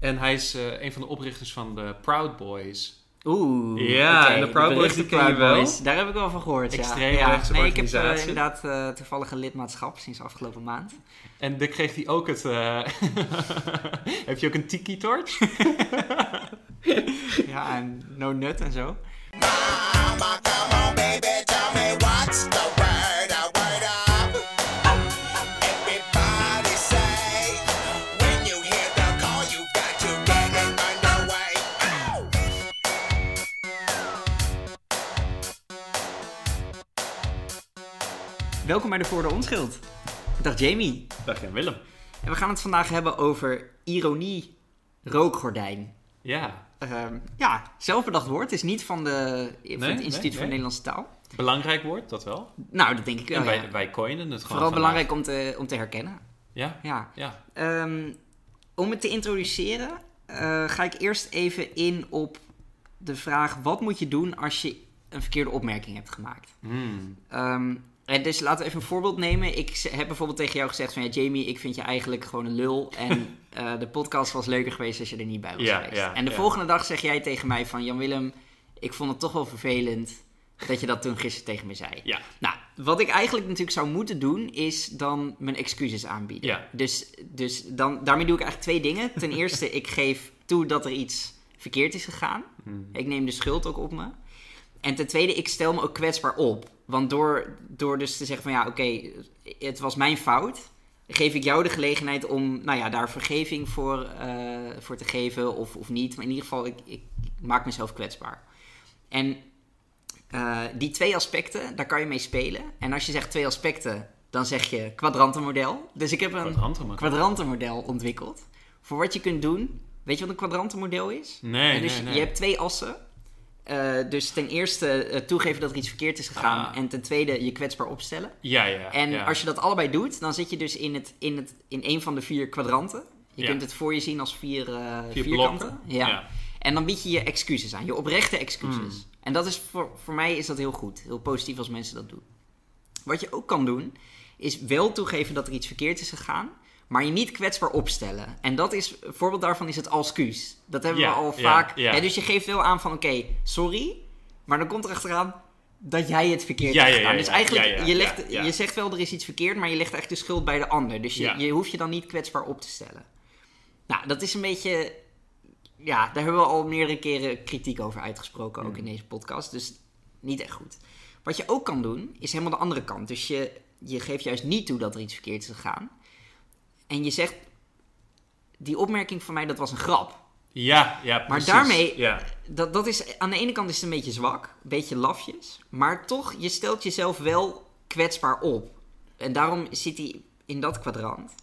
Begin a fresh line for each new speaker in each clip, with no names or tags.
En hij is eh, een van de oprichters van de Proud Boys.
Oeh.
Ja,
oké,
en de Proud Boys,
beruchte
die ken je wel.
Boys. Daar heb ik wel van gehoord, ja.
Extreem
ja.
rechtse
Nee, ik heb eh,
organisatie.
inderdaad eh toevallig een lidmaatschap sinds afgelopen maand.
En daar kreeg hij ook het... eh, Heb je ook een tiki-torch?
Ja, en no nut en zo.
Mama, come on, baby, tell me what's the word, a word up. Everybody say, when you hear the call, you got to get it underway. Ow!
Welkom bij de Voor de Onschuld. Dag Jamie.
Dag en Willem.
En we gaan het vandaag hebben over ironie, rookgordijn.
Ja,
Ehm, ja, zelfbedacht woord. Het is niet van, de, van
Nee,
het
nee,
Instituut voor
nee.
Nederlandse Taal.
belangrijk woord, dat wel.
Nou, dat denk ik wel,
en wij,
ja.
wij coinen het gewoon
Vooral
vandaag.
belangrijk om te, om te herkennen.
Ja,
Ja.
ja.
Ehm, om het te introduceren, eh, ga ik eerst even in op de vraag: wat moet je doen als je een verkeerde opmerking hebt gemaakt?
Hmm.
Ehm, en dus laten we even een voorbeeld nemen. Ik z- heb bijvoorbeeld tegen jou gezegd: van ja, Jamie, ik vind je eigenlijk gewoon een lul. En eh, de podcast was leuker geweest als je er niet bij was
Ja,
geweest.
ja,
en de
ja.
volgende dag zeg jij tegen mij: van Jan Willem, ik vond het toch wel vervelend dat je dat toen gisteren tegen me zei.
Ja.
Nou, wat ik eigenlijk natuurlijk zou moeten doen, is dan mijn excuses aanbieden.
Ja.
Dus, dus dan, daarmee doe ik eigenlijk twee dingen. Ten eerste, ik geef toe dat er iets verkeerd is gegaan. Ik neem de schuld ook op me. En ten tweede, ik stel me ook kwetsbaar op. Want door, door dus te zeggen van ja, oké, het was mijn fout, geef ik jou de gelegenheid om nou ja, daar vergeving voor, eh, voor te geven of, of niet. Maar in ieder geval, ik, ik, ik maak mezelf kwetsbaar. En eh, die twee aspecten, daar kan je mee spelen. En als je zegt twee aspecten, dan zeg je kwadrantenmodel. Dus ik heb een
Kwadrantenmodel.
kwadrantenmodel ontwikkeld. Voor wat je kunt doen. Weet je wat een kwadrantenmodel is?
Nee,
En dus
nee,
je-
nee.
je hebt twee assen. Eh, dus ten eerste eh, toegeven dat er iets verkeerd is gegaan.
Ah.
En ten tweede je kwetsbaar opstellen.
Ja, ja.
En
ja.
als je dat allebei doet, dan zit je dus in, het, in, het, in een van de vier kwadranten. Je
Ja.
kunt het voor je zien als vier, eh,
Vier
vierkanten.
blokken.
Ja.
Ja. Hmm.
En dan bied je je excuses aan, je oprechte excuses. En dat is voor, voor mij is dat heel goed, heel positief als mensen dat doen. Wat je ook kan doen, is wel toegeven dat er iets verkeerd is gegaan, maar je niet kwetsbaar opstellen. En dat is, een voorbeeld daarvan is het alscuus. Dat hebben
Ja,
we al
ja,
vaak.
ja.
Hè, dus je geeft wel aan van, oké, sorry, maar dan komt er achteraan dat jij het verkeerd
Ja,
hebt
ja, ja,
gedaan. dus
ja,
eigenlijk,
ja, ja,
je, legt,
ja, ja.
je zegt wel er is iets verkeerd, maar je legt eigenlijk de schuld bij de ander. Dus je,
Ja.
je hoeft je dan niet kwetsbaar op te stellen. Nou, dat is een beetje ja, daar hebben we al meerdere keren kritiek over uitgesproken, ook in deze podcast. Dus niet echt goed. Wat je ook kan doen, is helemaal de andere kant. Dus je, je geeft juist niet toe dat er iets verkeerd is gegaan. En je zegt, die opmerking van mij, dat was een grap.
Ja, ja, precies.
daarmee-
Ja,
Dat, dat is, aan de ene kant is het een beetje zwak, een beetje lafjes. Maar toch, je stelt jezelf wel kwetsbaar op. En daarom zit hij in dat kwadrant.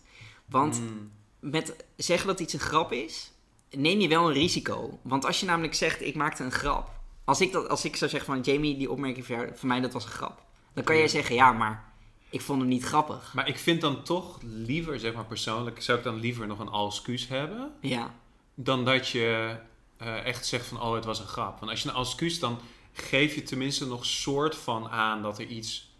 Want
Hmm.
met zeggen dat iets een grap is, neem je wel een risico. Want als je namelijk zegt, ik maakte een grap. Als ik, dat, als ik zou zeggen van, Jamie, die opmerking van, jou, van mij, dat was een grap. Dan kan jij zeggen, ja, maar ik vond hem niet grappig.
maar ik vind dan toch liever, zeg maar persoonlijk, zou ik dan liever nog een alscuus hebben...
Ja,
dan dat je eh, echt zegt van oh, het was een grap. Want als je een excuus, dan geef je tenminste nog soort van aan dat er iets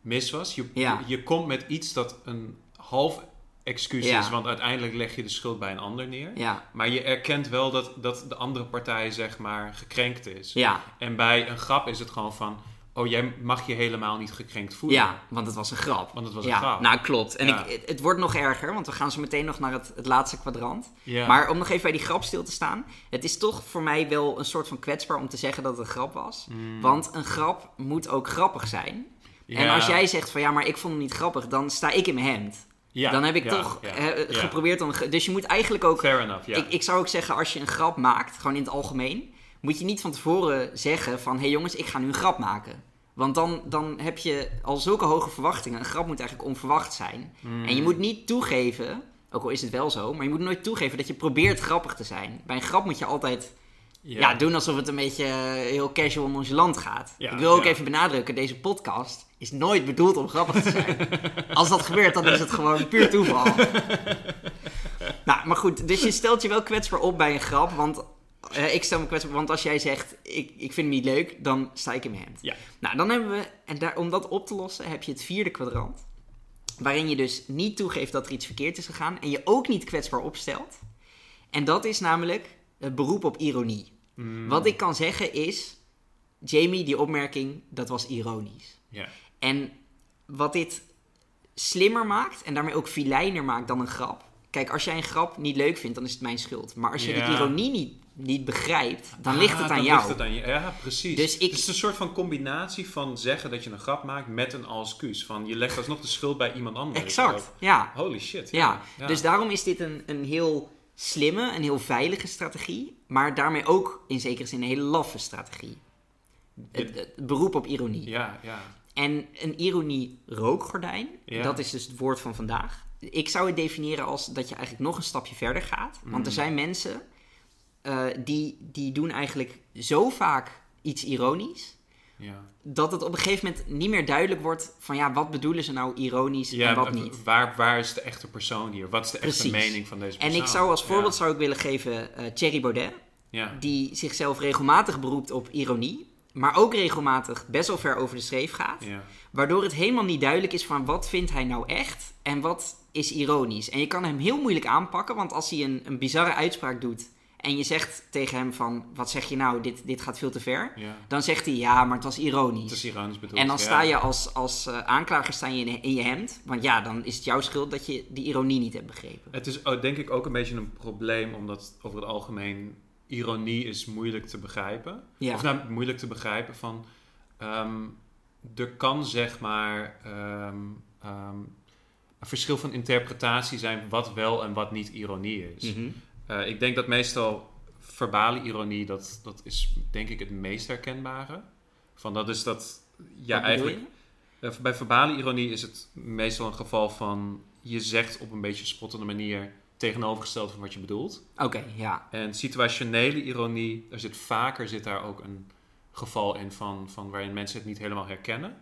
mis was. Je,
Ja.
je komt met iets dat een half excuus
Ja.
is, want uiteindelijk leg je de schuld bij een ander neer.
ja,
Maar je erkent wel dat, dat de andere partij, zeg maar, gekrenkt is.
ja,
En bij een grap is het gewoon van, oh, jij mag je helemaal niet gekrenkt voelen.
Ja, want het was een grap.
Want het was
ja,
een grap.
Nou, klopt. En
Ja.
ik, het, het wordt nog erger, want we gaan zo meteen nog naar het, het laatste kwadrant.
Ja.
Maar om nog even bij die grap stil te staan. Het is toch voor mij wel een soort van kwetsbaar om te zeggen dat het een grap was. Want een grap moet ook grappig zijn. En
Hmm. Ja.
als jij zegt van ja, maar ik vond hem niet grappig, dan sta ik in mijn hemd.
Ja,
dan heb ik
ja,
toch
ja,
eh,
ja.
geprobeerd om... een ge- Dus je moet eigenlijk ook...
Fair enough, ja.
Ik, ik zou ook zeggen, als je een grap maakt, gewoon in het algemeen, moet je niet van tevoren zeggen van, hé hey jongens, ik ga nu een grap maken. Want dan, dan heb je al zulke hoge verwachtingen. Een grap moet eigenlijk onverwacht zijn. En
Hmm.
je moet niet toegeven, ook al is het wel zo, maar je moet nooit toegeven dat je probeert grappig te zijn. Bij een grap moet je altijd ja. dus- doen alsof het een beetje eh, heel casual nonchalant gaat.
Ja,
ik wil ook
ja.
even benadrukken, deze podcast is nooit bedoeld om grappig te zijn. Als dat gebeurt, dan is het gewoon puur toeval. nou, maar goed, dus je stelt je wel kwetsbaar op bij een grap, want eh, ik stel me kwetsbaar, want als jij zegt, ik, ik vind hem niet leuk, dan sta ik in mijn hand.
Ja.
Nou, dan hebben we, en daar, om dat op te lossen, heb je het vierde kwadrant. Waarin je dus niet toegeeft dat er iets verkeerd is gegaan. En je ook niet kwetsbaar opstelt. En dat is namelijk het beroep op ironie. Wat ik kan zeggen is, Jamie, die opmerking, dat was ironisch.
Ja.
En wat dit slimmer maakt en daarmee ook filijner maakt dan een grap. Kijk, als jij een grap niet leuk vindt, dan is het mijn schuld. Maar als je
Ja.
de ironie niet, niet begrijpt, dan ligt
Ah,
het
dan
aan jou.
Ligt het aan je. Ja, precies.
Dus ik-
Het is een soort van combinatie van zeggen dat je een grap maakt met een alscuus. Van je legt alsnog de schuld bij iemand anders.
Exact, ja.
Holy shit.
ja. Dus daarom is dit een, een heel slimme, een heel veilige strategie. Maar daarmee ook in zekere zin een hele laffe strategie. Het, het beroep op ironie.
Ja, ja.
En een ironie rookgordijn,
Ja.
dat is dus het woord van vandaag. Ik zou het definiëren als dat je eigenlijk nog een stapje verder gaat. Want
Mm.
er zijn mensen eh, die, die doen eigenlijk zo vaak iets ironisch...
ja.
dat het op een gegeven moment niet meer duidelijk wordt van... ja, wat bedoelen ze nou ironisch
ja
en wat
w-
niet.
Waar, waar is de echte persoon hier? Wat is de echte
Precies.
mening van deze
En
persoon?
ik zou als
Ja.
voorbeeld zou ik willen geven eh Thierry Baudet...
Ja.
die zichzelf regelmatig beroept op ironie... maar ook regelmatig best wel ver over de schreef gaat...
Ja.
Waardoor het helemaal niet duidelijk is van wat vindt hij nou echt en wat is ironisch. En je kan hem heel moeilijk aanpakken, want als hij een, een bizarre uitspraak doet en je zegt tegen hem van wat zeg je nou, dit, dit gaat veel te ver.
Ja.
Dan zegt hij ja, maar het was ironisch.
Het is ironisch bedoeld.
en dan
ja.
sta je als, als eh, aanklager sta je in, in je hemd, want ja, dan is het jouw schuld dat je die ironie niet hebt begrepen.
Het is ook, denk ik ook een beetje een probleem, omdat over het algemeen ironie is moeilijk te begrijpen.
Ja.
Of nou, moeilijk te begrijpen van... ehm, er kan zeg maar ehm, ehm, een verschil van interpretatie zijn wat wel en wat niet ironie is.
Mhm.
Eh, ik denk dat meestal verbale ironie, dat, dat is denk ik het meest herkenbare. Van dat is dat... Ja,
Wat bedoel
eigenlijk
je?
eh, Bij verbale ironie is het meestal een geval van je zegt op een beetje spottende manier tegenovergesteld van wat je bedoelt.
Oké, ja.
En situationele ironie, er zit vaker zit daar ook een geval in van, van waarin mensen het niet helemaal herkennen.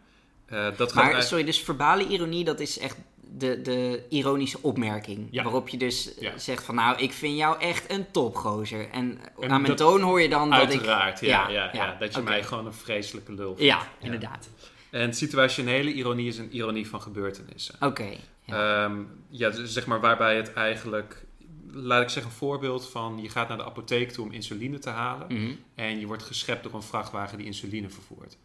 Eh, dat gaat
Maar
uit-
sorry, dus verbale ironie, dat is echt de, de ironische opmerking.
Ja.
Waarop je dus eh,
Ja.
zegt van nou, ik vind jou echt een topgozer. En,
En
aan mijn
dat-
toon hoor je dan dat
uiteraard,
ik...
ja, ja, ja, dat je
oké.
mij gewoon een vreselijke lul vindt.
Ja, inderdaad.
En situationele ironie is een ironie van gebeurtenissen.
Oké. Ah, Ja.
Ehm, ja, dus zeg maar waarbij het eigenlijk... Laat ik zeggen een voorbeeld van... je gaat naar de apotheek toe om insuline te halen...
Mhm.
en je wordt geschept door een vrachtwagen die insuline vervoert.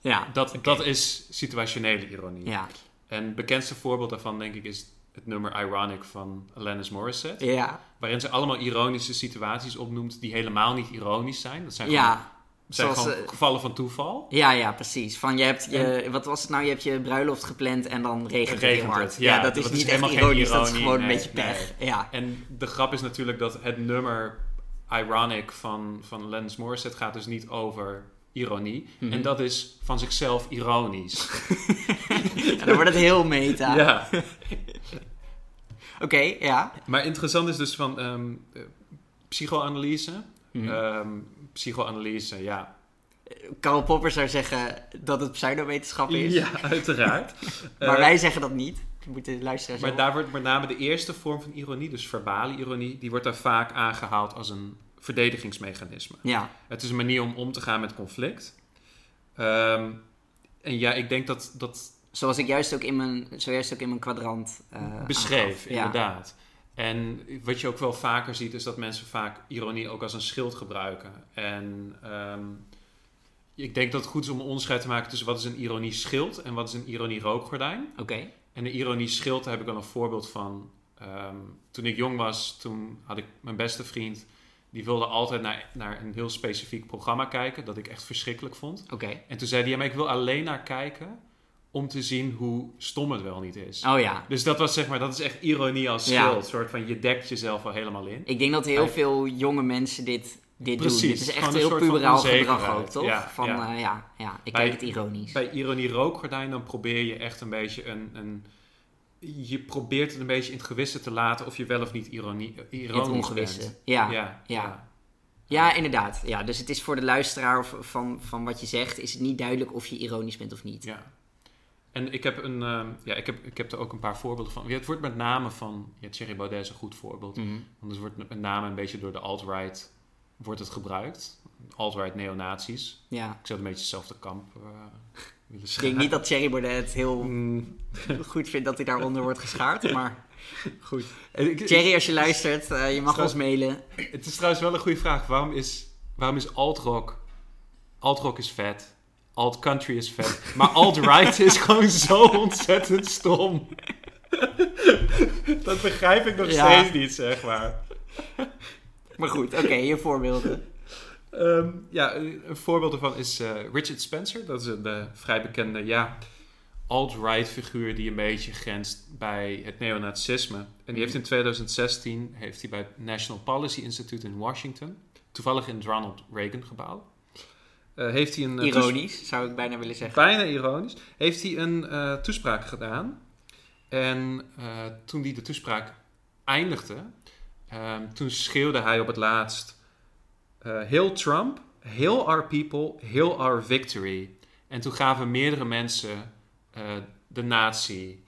ja.
Dat, dat is situationele ironie.
Ja.
En het bekendste voorbeeld daarvan denk ik is het nummer Ironic van Alanis Morissette...
Ja.
waarin ze allemaal ironische situaties opnoemt die helemaal niet ironisch zijn. Dat zijn gewoon,
Ja.
zijn
Zoals,
gewoon
eh,
gevallen van toeval.
Ja, ja, precies. Van je hebt je, wat was het nou? Je hebt je bruiloft gepland en dan regent het heel
Regent het,
hard.
ja.
Ja, dat is
Dat is
niet echt
helemaal
ironisch,
geen
dat is
ironie,
gewoon
nee,
een beetje pech. Ja.
En de grap is natuurlijk dat het nummer Ironic van, van Lens Morissette gaat dus niet over ironie.
Mhm.
En dat is van zichzelf ironisch.
En dan wordt het heel meta.
ja.
Oké, ja.
Maar interessant is dus van ehm, eh, psychoanalyse.
Mhm.
Ehm, psychoanalyse, ja.
Karl Popper zou zeggen dat het pseudowetenschap is.
Ja, uiteraard.
Maar
Eh,
wij zeggen dat niet. Dat moeten de luisteraars
maar
zelf-
daar wordt met name de eerste vorm van ironie, dus verbale ironie, die wordt daar vaak aangehaald als een verdedigingsmechanisme.
Ja,
Het is een manier om om te gaan met conflict. Ehm, en ja, ik denk dat dat
zoals ik juist ook in mijn, zojuist ook in mijn kwadrant eh,
beschreef,
aangaf. Ja.
inderdaad. En wat je ook wel vaker ziet, is dat mensen vaak ironie ook als een schild gebruiken. En ehm, ik denk dat het goed is om een onderscheid te maken tussen wat is een ironie schild en wat is een ironie rookgordijn.
Oké.
En een ironie schild, daar heb ik dan een voorbeeld van. Ehm, toen ik jong was, toen had ik mijn beste vriend. Die wilde altijd naar, naar een heel specifiek programma kijken, dat ik echt verschrikkelijk vond.
Oké.
En toen zei hij, ja, maar ik wil alleen naar kijken om te zien hoe stom het wel niet is.
Oh ja.
Dus dat was zeg maar, dat is echt ironie als
Ja.
schild. Een soort van, je dekt jezelf al helemaal in.
Ik denk dat heel
Hij-
veel jonge mensen dit, dit
Precies,
doen. Dit is echt
gewoon een
heel
soort van
puberaal gedrag
onzekerheid.
ook, toch?
Ja,
van,
ja.
ja. ja, ja. ik
Bij-
kijk het ironisch.
Bij ironie rookgordijn, dan probeer je echt een beetje een... een je probeert het een beetje in het gewisse te laten of je wel of niet ironie,
in het
ironisch
ongewisse.
bent.
Ja. ja.
Ja,
inderdaad. Ja, dus het is voor de luisteraar of- van, van wat je zegt, is het niet duidelijk of je ironisch bent of niet.
ja. En ik heb, een, ehm, ja, ik, heb, ik heb er ook een paar voorbeelden van. Ja, het wordt met name van... Ja, Thierry Baudet is een goed voorbeeld.
Mhm.
Want het wordt met name een beetje door de alt-right wordt het gebruikt. Alt-right neonazis.
Ja.
Ik zou het een beetje hetzelfde kamp eh, willen Mm.
Ik denk
schrijven.
niet dat Thierry Baudet het heel goed vindt dat hij daaronder wordt geschaard, maar
Goed. En ik-
Jerry, als je luistert, eh, je mag
Trouwens-
ons mailen.
Het is trouwens wel een goede vraag. Waarom is, waarom is alt-rock... Alt-rock is vet. Alt-country is vet. Maar alt-right is gewoon zo ontzettend stom. Dat begrijp ik nog
Ja.
steeds niet, zeg maar.
Maar goed, oké, je voorbeelden.
Ehm, ja, een een voorbeeld daarvan is eh, Richard Spencer. Dat is een eh, vrij bekende, ja, alt-right figuur die een beetje grenst bij het neonazisme. En die heeft in 2016 heeft hij bij het National Policy Institute in Washington, toevallig in het Ronald Reagan gebouw, eh, heeft hij een eh, toes-
Ironisch, zou ik bijna willen zeggen.
bijna ironisch, heeft hij een eh, toespraak gedaan. En eh, toen hij de toespraak eindigde, ehm, toen schreeuwde hij op het laatst: eh Hail Trump, hail our people, hail our victory. En toen gaven meerdere mensen eh, de natie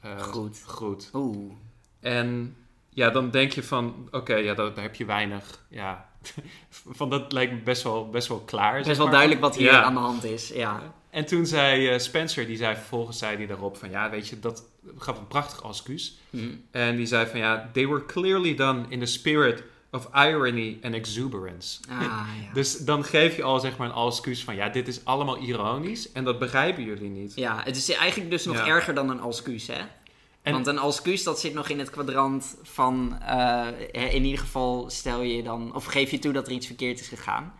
eh,
Groet.
groet.
Oeh.
En ja, dan denk je van, oké, ja, daar, daar heb je weinig. Ja, van dat lijkt me best wel, best wel klaar.
Het
zeg
is wel
maar.
duidelijk wat hier
Ja.
aan de hand is. Ja.
En toen zei eh, Spencer, die zei vervolgens zei hij daarop van ja, weet je, dat gaf een prachtig excuus. En die zei van ja, they were clearly done in the spirit of irony and exuberance.
Ah, ja.
Dus dan geef je al zeg maar een excuus van ja, dit is allemaal ironisch en dat begrijpen jullie niet.
ja, het is eigenlijk dus nog
Ja.
erger dan een alscuus, hè?
En-
Want een alscuus, dat zit nog in het kwadrant van... eh, hè, in ieder geval stel je dan... Of geef je toe dat er iets verkeerd is gegaan.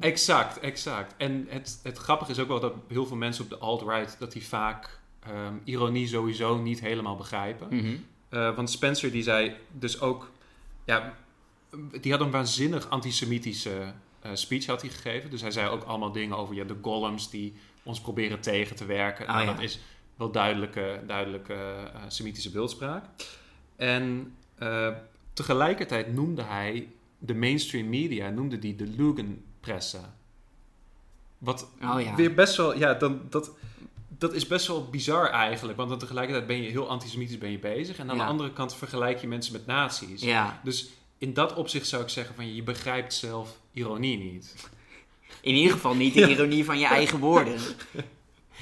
Exact, exact. En het, het grappige is ook wel dat heel veel mensen op de alt-right, dat die vaak ehm, ironie sowieso niet helemaal begrijpen. Eh, want Spencer die zei dus ook, ja, die had een waanzinnig antisemitische eh, speech had hij gegeven. Dus hij zei ook allemaal dingen over ja, de golems die ons proberen tegen te werken.
Ah,
nou,
ja.
Dat is wel duidelijke, duidelijke eh, semitische beeldspraak. En eh, tegelijkertijd noemde hij de mainstream media, noemde die de Lugenpresse. Wat
Oh ja.
weer best wel, ja, dan, dat, dat is best wel bizar eigenlijk. Want dan tegelijkertijd ben je heel antisemitisch ben je bezig. En aan
Ja.
de andere kant vergelijk je mensen met nazi's.
Ja.
Dus in dat opzicht zou ik zeggen van je begrijpt zelf ironie niet.
In ieder geval niet de ironie van je eigen woorden.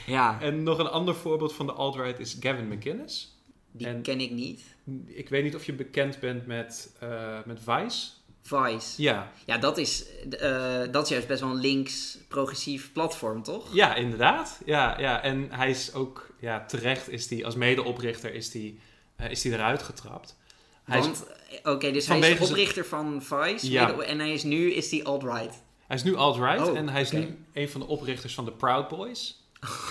Ja,
En nog een ander voorbeeld van de alt-right is Gavin McInnes.
die
en-
ken ik niet.
Ik weet niet of je bekend bent met, eh, met Vice.
Vice.
Ja,
Ja, dat is, eh, dat is juist best wel een links-progressief platform, toch?
Ja, inderdaad. Ja, ja. En hij is ook ja, terecht, is die, als medeoprichter is die, eh, is die eruit getrapt. Hij, is,
Want, eh, oké, dus hij is
Vanwege
de
zijn-
oprichter van Vice.
Ja.
mede- En hij is nu is die alt-right.
hij is nu alt-right
Oh,
en hij is
oké.
nu een van de oprichters van de Proud Boys.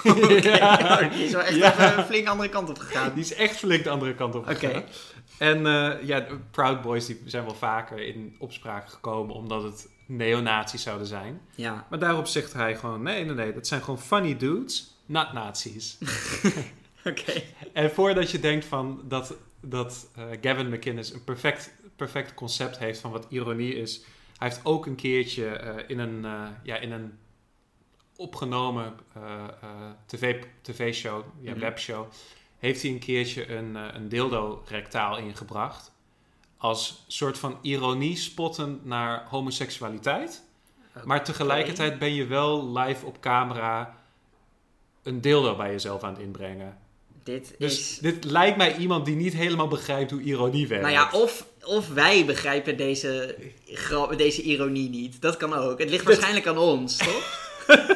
Ja, die is wel echt even een flink andere kant op gegaan.
Die is echt flink de andere kant op
Oké.
gegaan. En eh, ja, de Proud Boys die zijn wel vaker in opspraak gekomen omdat het neonazies zouden zijn.
Ja.
Maar daarop zegt hij gewoon, nee, nee, nee, dat zijn gewoon funny dudes, not nazi's.
Oké.
En voordat je denkt van dat, dat eh, Gavin McInnes een perfect, perfect concept heeft van wat ironie is. Hij heeft ook een keertje eh, in, een, eh, ja, in een opgenomen eh, eh, tv, tv-show, ja,
Mhm.
webshow, heeft hij een keertje een, eh, een dildo-rectaal ingebracht. Als soort van ironie spottend naar homoseksualiteit. Maar tegelijkertijd ben je wel live op camera een dildo bij jezelf aan het inbrengen.
Dit
Dus
is...
dit lijkt mij iemand die niet helemaal begrijpt hoe ironie werkt.
Nou ja, of, of wij begrijpen deze, grap, deze ironie niet. Dat kan ook. Het ligt waarschijnlijk aan ons, toch?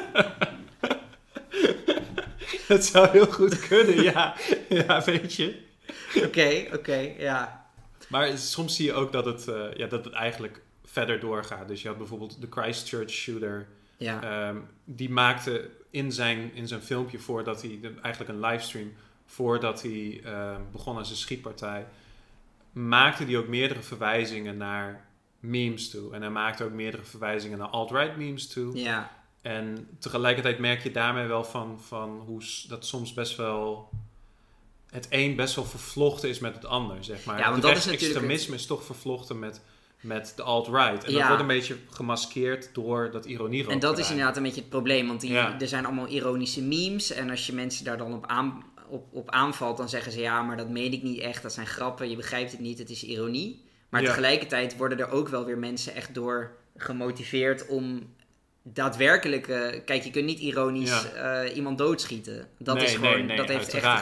Het zou heel goed kunnen, ja. ja, weet je.
Oké, oké, ja.
Maar soms zie je ook dat het, eh, ja, dat het eigenlijk verder doorgaat. Dus je had bijvoorbeeld de Christchurch shooter.
Ja.
ehm, die maakte in zijn, in zijn filmpje voordat hij, de- eigenlijk een livestream, voordat hij ehm, begon aan zijn schietpartij, maakte hij ook meerdere verwijzingen naar memes toe. En hij maakte ook meerdere verwijzingen naar alt-right memes toe.
ja.
En tegelijkertijd merk je daarmee wel van, van hoe s- dat soms best wel. Het een best wel vervlochten is met het ander, zeg maar.
Ja, want
Het
dat is natuurlijk
rechtsextremisme is toch vervlochten met, met de alt-right. En
Ja.
dat wordt een beetje gemaskeerd door dat ironie
En dat is inderdaad een beetje het probleem, want die,
Ja.
er zijn allemaal ironische memes. En als je mensen daar dan op, aan, op, op aanvalt, dan zeggen ze ja, maar dat meen ik niet echt. Dat zijn grappen, je begrijpt het niet, het is ironie. Maar
Ja.
tegelijkertijd worden er ook wel weer mensen echt door gemotiveerd om daadwerkelijk. eh, kijk, je kunt niet ironisch eh, iemand doodschieten. Dat is gewoon, dat heeft echt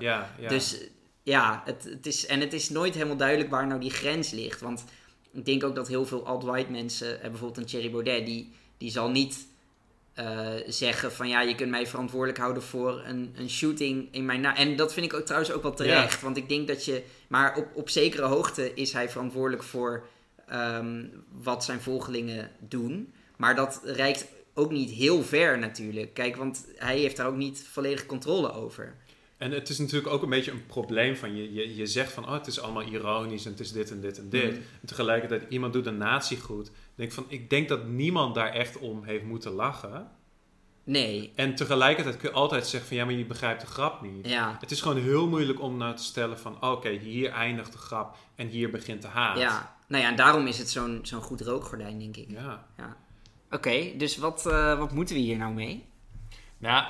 Ja, ja, ja.
Dus ja, het, het is, en het is nooit helemaal duidelijk waar nou die grens ligt. Want ik denk ook dat heel veel alt-white mensen, en bijvoorbeeld een Thierry Baudet, die, die zal niet eh, zeggen van ja, je kunt mij verantwoordelijk houden voor een, een shooting in mijn naam. En dat vind ik ook trouwens ook wel terecht. Want ik denk dat je, maar op, op zekere hoogte is hij verantwoordelijk voor ehm, wat zijn volgelingen doen. Maar dat reikt ook niet heel ver natuurlijk. Kijk, want hij heeft daar ook niet volledig controle over.
En het is natuurlijk ook een beetje een probleem van je, je, je zegt van oh, het is allemaal ironisch en het is dit en dit en dit.
Mhm.
En tegelijkertijd iemand doet een nazi goed. Denk van, ik denk dat niemand daar echt om heeft moeten lachen.
Nee,
En tegelijkertijd kun je altijd zeggen van ja, maar je begrijpt de grap niet.
ja.
Het is gewoon heel moeilijk om nou te stellen van oké, hier eindigt de grap en hier begint de haat.
Ja, nou ja, en daarom is het zo'n zo'n goed rookgordijn, denk ik.
Ja.
Oké, dus wat, eh, wat moeten we hier nou mee?
Nou,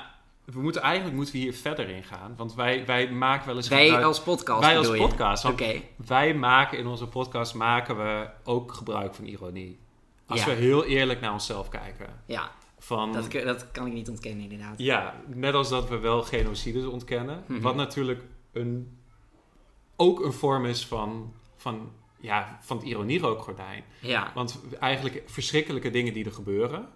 we moeten, eigenlijk moeten we hier verder in gaan. Want wij, wij maken wel eens
Wij
Dus gebruik-
als podcast
wij als
bedoel je?
podcast. want
Oké,
Wij maken in onze podcast maken we ook gebruik van ironie. Als
Ja.
we heel eerlijk naar onszelf kijken.
ja,
Van,
dat, kun- dat kan ik niet ontkennen inderdaad.
Ja, net als dat we wel genocides ontkennen.
Mhm.
Wat natuurlijk een, ook een vorm is van, van, ja, van het ironierookgordijn.
Ja,
Want eigenlijk verschrikkelijke dingen die er gebeuren.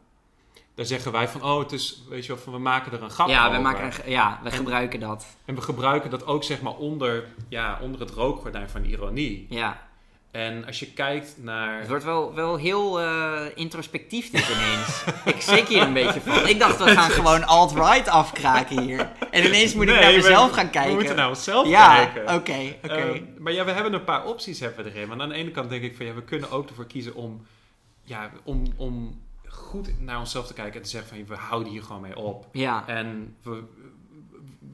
Daar zeggen wij van, oh, het is, weet je wel, van, we maken er een grap
ja, we
over.
maken, een ge- ja, we gebruiken dat.
En we gebruiken dat ook, zeg maar, onder, ja, onder het rookgordijn van ironie.
Ja,
En als je kijkt naar...
het wordt wel, wel heel eh, introspectief dit ineens. ik schrik hier een beetje van. Ik dacht, we gaan gewoon alt-right afkraken hier. En ineens moet ik
Nee,
naar
we-
mezelf gaan kijken.
We moeten naar onszelf
ja, oh,
kijken.
oké, oké.
Ehm, maar ja, we hebben een paar opties hebben we erin. Want aan de ene kant denk ik van ja, we kunnen ook ervoor kiezen om, ja, om, om goed naar onszelf te kijken en te zeggen van we houden hier gewoon mee op.
ja,
En we,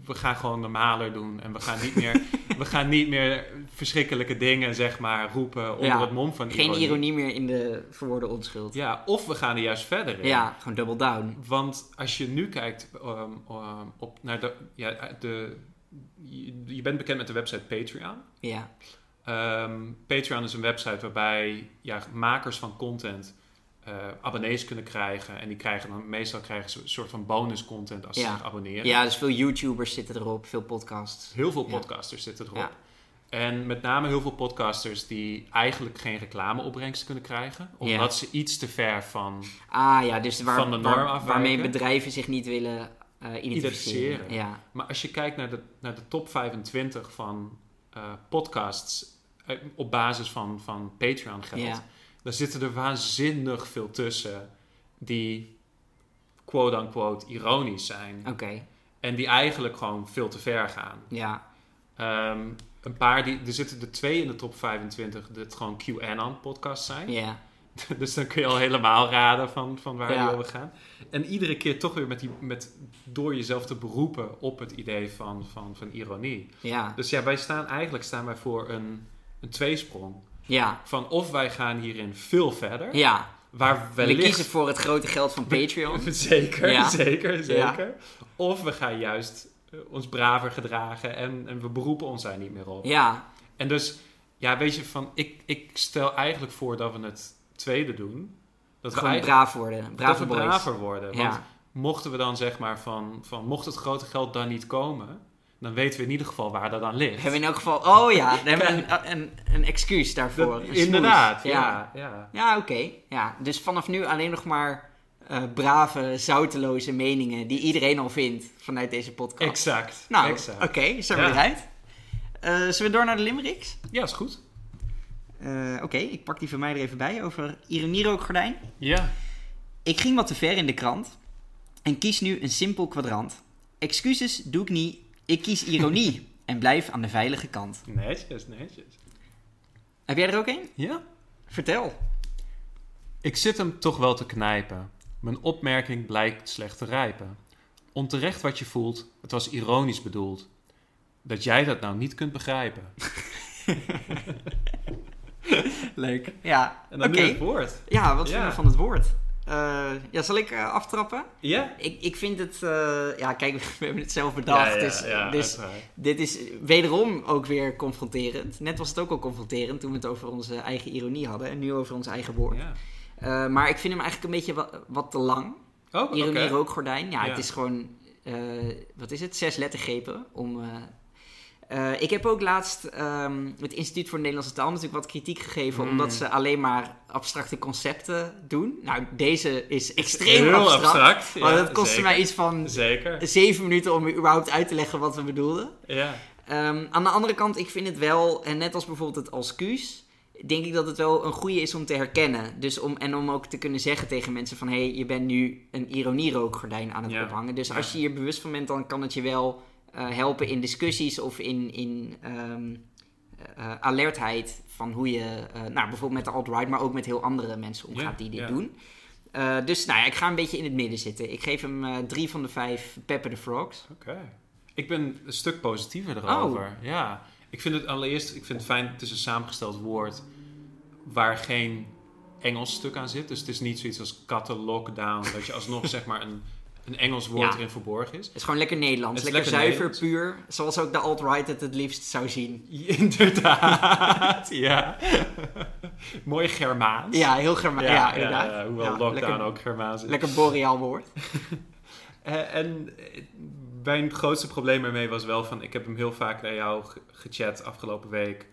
we gaan gewoon normaler doen. En we gaan niet meer, we gaan niet meer verschrikkelijke dingen zeg maar, roepen onder
Ja,
het mom van
geen ironie meer in de verwoorden onschuld.
Ja, of we gaan er juist verder in.
ja, gewoon double down.
Want als je nu kijkt ehm, ehm, op, naar de, ja, de... je- Je bent bekend met de website Patreon.
Ja.
Ehm, Patreon is een website waarbij ja, makers van content eh, abonnees kunnen krijgen. En die krijgen dan meestal krijgen ze een soort van bonus content als ze
Ja.
zich abonneren.
Ja, dus veel YouTubers zitten erop, veel podcasts.
Heel veel
Ja.
podcasters zitten erop.
Ja.
En met name heel veel podcasters die eigenlijk geen reclameopbrengst kunnen krijgen.
Ja.
Omdat ze iets te ver van
Ah ja, dus waar,
Van de norm
waar-
afwijken.
waarmee bedrijven zich niet willen eh, identificeren.
Identificeren.
Ja.
Maar als je kijkt naar de, naar de top 25 van eh, podcasts eh, op basis van, van Patreon geld,
Ja.
dan zitten er waanzinnig veel tussen die quote-unquote ironisch zijn.
Oké,
En die eigenlijk gewoon veel te ver gaan.
ja.
Ehm, een paar die, er zitten er twee in de top 25 dat gewoon QAnon podcasts zijn.
ja.
Dus dan kun je al helemaal raden van, van waar
Ja.
die over gaan. En iedere keer toch weer met die, met, door jezelf te beroepen op het idee van, van, van ironie.
Ja.
Dus ja, wij staan eigenlijk staan wij voor een, een tweesprong.
Ja.
Van of wij gaan hierin veel verder.
Ja.
Waar
We kiezen
wellicht...
voor het grote geld van Patreon.
Zeker,
Ja.
zeker, zeker. Of we gaan juist eh, ons braver gedragen en, en we beroepen ons daar niet meer op.
Ja.
En dus, ja, weet je, van, ik, ik stel eigenlijk voor dat we het tweede doen. Dat we
Gewoon
eigenlijk-
braaf worden.
dat
Brave
we
boys.
braver worden. Want
Ja.
mochten we dan zeg maar van, van, mocht het grote geld dan niet komen, dan weten we in ieder geval waar dat aan
We
ligt.
hebben in elk geval... Oh ja, we hebben een, een, een excuus
Dat-
daarvoor. Een smoes.
inderdaad, ja. ja.
Ja, oké. Ja, dus vanaf nu alleen nog maar eh, brave, zouteloze meningen die iedereen al vindt vanuit deze podcast.
Exact.
nou,
exact.
oké, zijn we
Ja.
eruit. Eh, zullen we door naar de limericks?
Ja, is goed.
Eh, oké, ik pak die van mij er even bij over ironierookgordijn.
Ja.
Ik ging wat te ver in de krant en kies nu een simpel kwadrant. Excuses doe ik niet, ik kies ironie en blijf aan de veilige kant.
Netjes, netjes.
Heb jij er ook een?
Ja.
Vertel.
Ik zit hem toch wel te knijpen. Mijn opmerking blijkt slecht te rijpen. Onterecht wat je voelt, het was ironisch bedoeld. Dat jij dat nou niet kunt begrijpen. Leuk.
Ja,
En
oké.
dan nu het woord.
Ja, wat
Ja.
vinden we van het woord? Eh, ja, zal ik eh, aftrappen?
Ja?
Ik, ik vind het... eh, ja, kijk, we hebben het zelf bedacht. dus dus
uiteraard.
dit is wederom ook weer confronterend. Net was het ook al confronterend toen we het over onze eigen ironie hadden. En nu over ons eigen woord.
Ja.
Eh, maar ik vind hem eigenlijk een beetje wa- wat te lang.
Oh, oké.
Ironie rookgordijn. Ja,
Ja.
het is gewoon... eh, wat is het? Zes lettergrepen om... eh, Eh, ik heb ook laatst ehm, het Instituut voor de Nederlandse Taal natuurlijk wat kritiek gegeven,
Mm.
omdat ze alleen maar abstracte concepten doen. Nou, deze is extreem
Heel
abstract.
abstract.
maar
ja,
dat kostte
zeker.
mij iets van
Zeker,
zeven minuten om überhaupt uit te leggen wat we bedoelden.
ja.
Ehm, aan de andere kant, ik vind het wel, en net als bijvoorbeeld het als Q's, denk ik dat het wel een goede is om te herkennen. Dus om, en om ook te kunnen zeggen tegen mensen van, hé, hey, je bent nu een ironierookgordijn aan het
Ja.
ophangen. Dus
Ja.
als je hier bewust van bent, dan kan het je wel eh, helpen in discussies of in, in ehm, eh, alertheid van hoe je, eh, nou bijvoorbeeld met de alt-right, maar ook met heel andere mensen omgaat
Ja,
die dit
ja.
doen. Eh, dus nou ja, ik ga een beetje in het midden zitten. Ik geef hem eh, drie van de vijf Pepper the Frogs.
Oké. Ik ben een stuk positiever
Oh.
erover. Ja. Ik vind het allereerst, ik vind het fijn, het is een samengesteld woord waar geen Engels stuk aan zit. Dus het is niet zoiets als katten lockdown, dat je alsnog zeg maar een, een Engels woord
Ja.
erin verborgen is.
Het is gewoon lekker Nederlands.
Het is
Lekker,
lekker
zuiver, puur. Zoals ook de alt-right het het liefst zou zien.
Inderdaad, ja. Mooi Germaans.
Ja, heel Germaans. Ja, inderdaad.
ja, hoewel
Ja,
lockdown
lekker,
ook Germaans is.
Lekker boreaal woord.
Eh, en eh, mijn grootste probleem ermee was wel van... Ik heb hem heel vaak naar jou ge- gechat afgelopen week.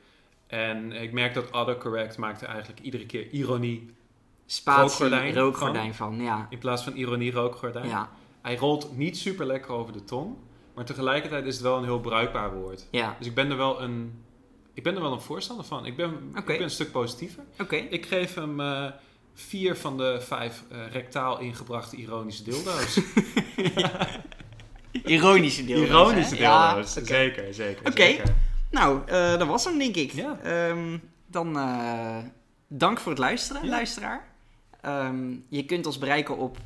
En ik merk dat autocorrect maakte eigenlijk iedere keer ironie...
Spatie,
Rookgordijn
rookgordijn, van. Ja.
in plaats van ironie rookgordijn.
ja.
Hij rolt niet super lekker over de tong. Maar tegelijkertijd is het wel een heel bruikbaar woord.
Ja,
Dus ik ben er wel een, ik ben er wel een voorstander van. Ik ben, ik
Oké.
ben een stuk positiever.
oké.
Ik geef hem eh, vier van de vijf eh, rectaal ingebrachte ironische dildo's.
Ironische deel.
ironische dildo's,
Ja, oké.
zeker, zeker.
Oké.
zeker.
Nou, eh, dat was hem, denk ik.
Ja.
Ehm, dan eh, dank voor het luisteren,
Ja.
luisteraar. Ehm, je kunt ons bereiken op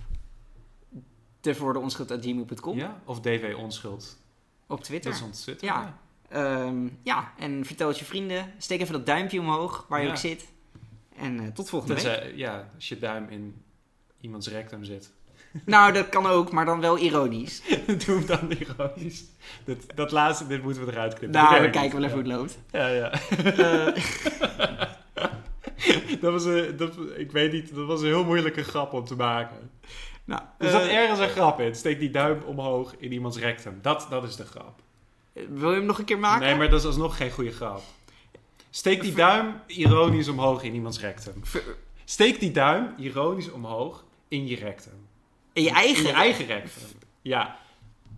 tevoordeonschuld.gmail.com
Ja, of DW Onschuld.
op Twitter.
Dat is ontzettend.
Ja. Ehm, ja, en vertel het je vrienden. Steek even dat duimpje omhoog, waar je
Ja.
ook zit. En eh, tot volgende week.
Tenzij, ja, als je duim in iemands rectum zit. eh,
Nou, dat kan ook, maar dan wel ironisch.
Doe hem dan ironisch. Dat, dat laatste, dit moeten we eruit knippen.
Nou,
Dit
we
werkt
kijken wel
niet.
even hoe het loopt.
Ja, ja.
Eh,
Dat was een, dat, ik weet niet, dat was een heel moeilijke grap om te maken.
nou,
Er zat
eh,
ergens een grap in. Steek die duim omhoog in iemands rectum. Dat, dat is de grap.
wil je hem nog een keer maken?
Nee, maar dat is alsnog geen goede grap. Steek die duim ironisch omhoog in iemands rectum.
Ver-
Steek die duim ironisch omhoog in je rectum.
In je eigen?
Je eigen rectum. Ja.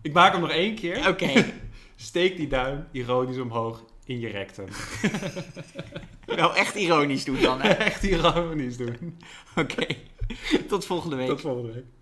Ik maak hem nog één keer.
Oké.
Steek die duim ironisch omhoog in je rectum.
wel echt ironisch doen dan. hè.
Echt ironisch doen.
Oké. Tot volgende week.
Tot volgende week.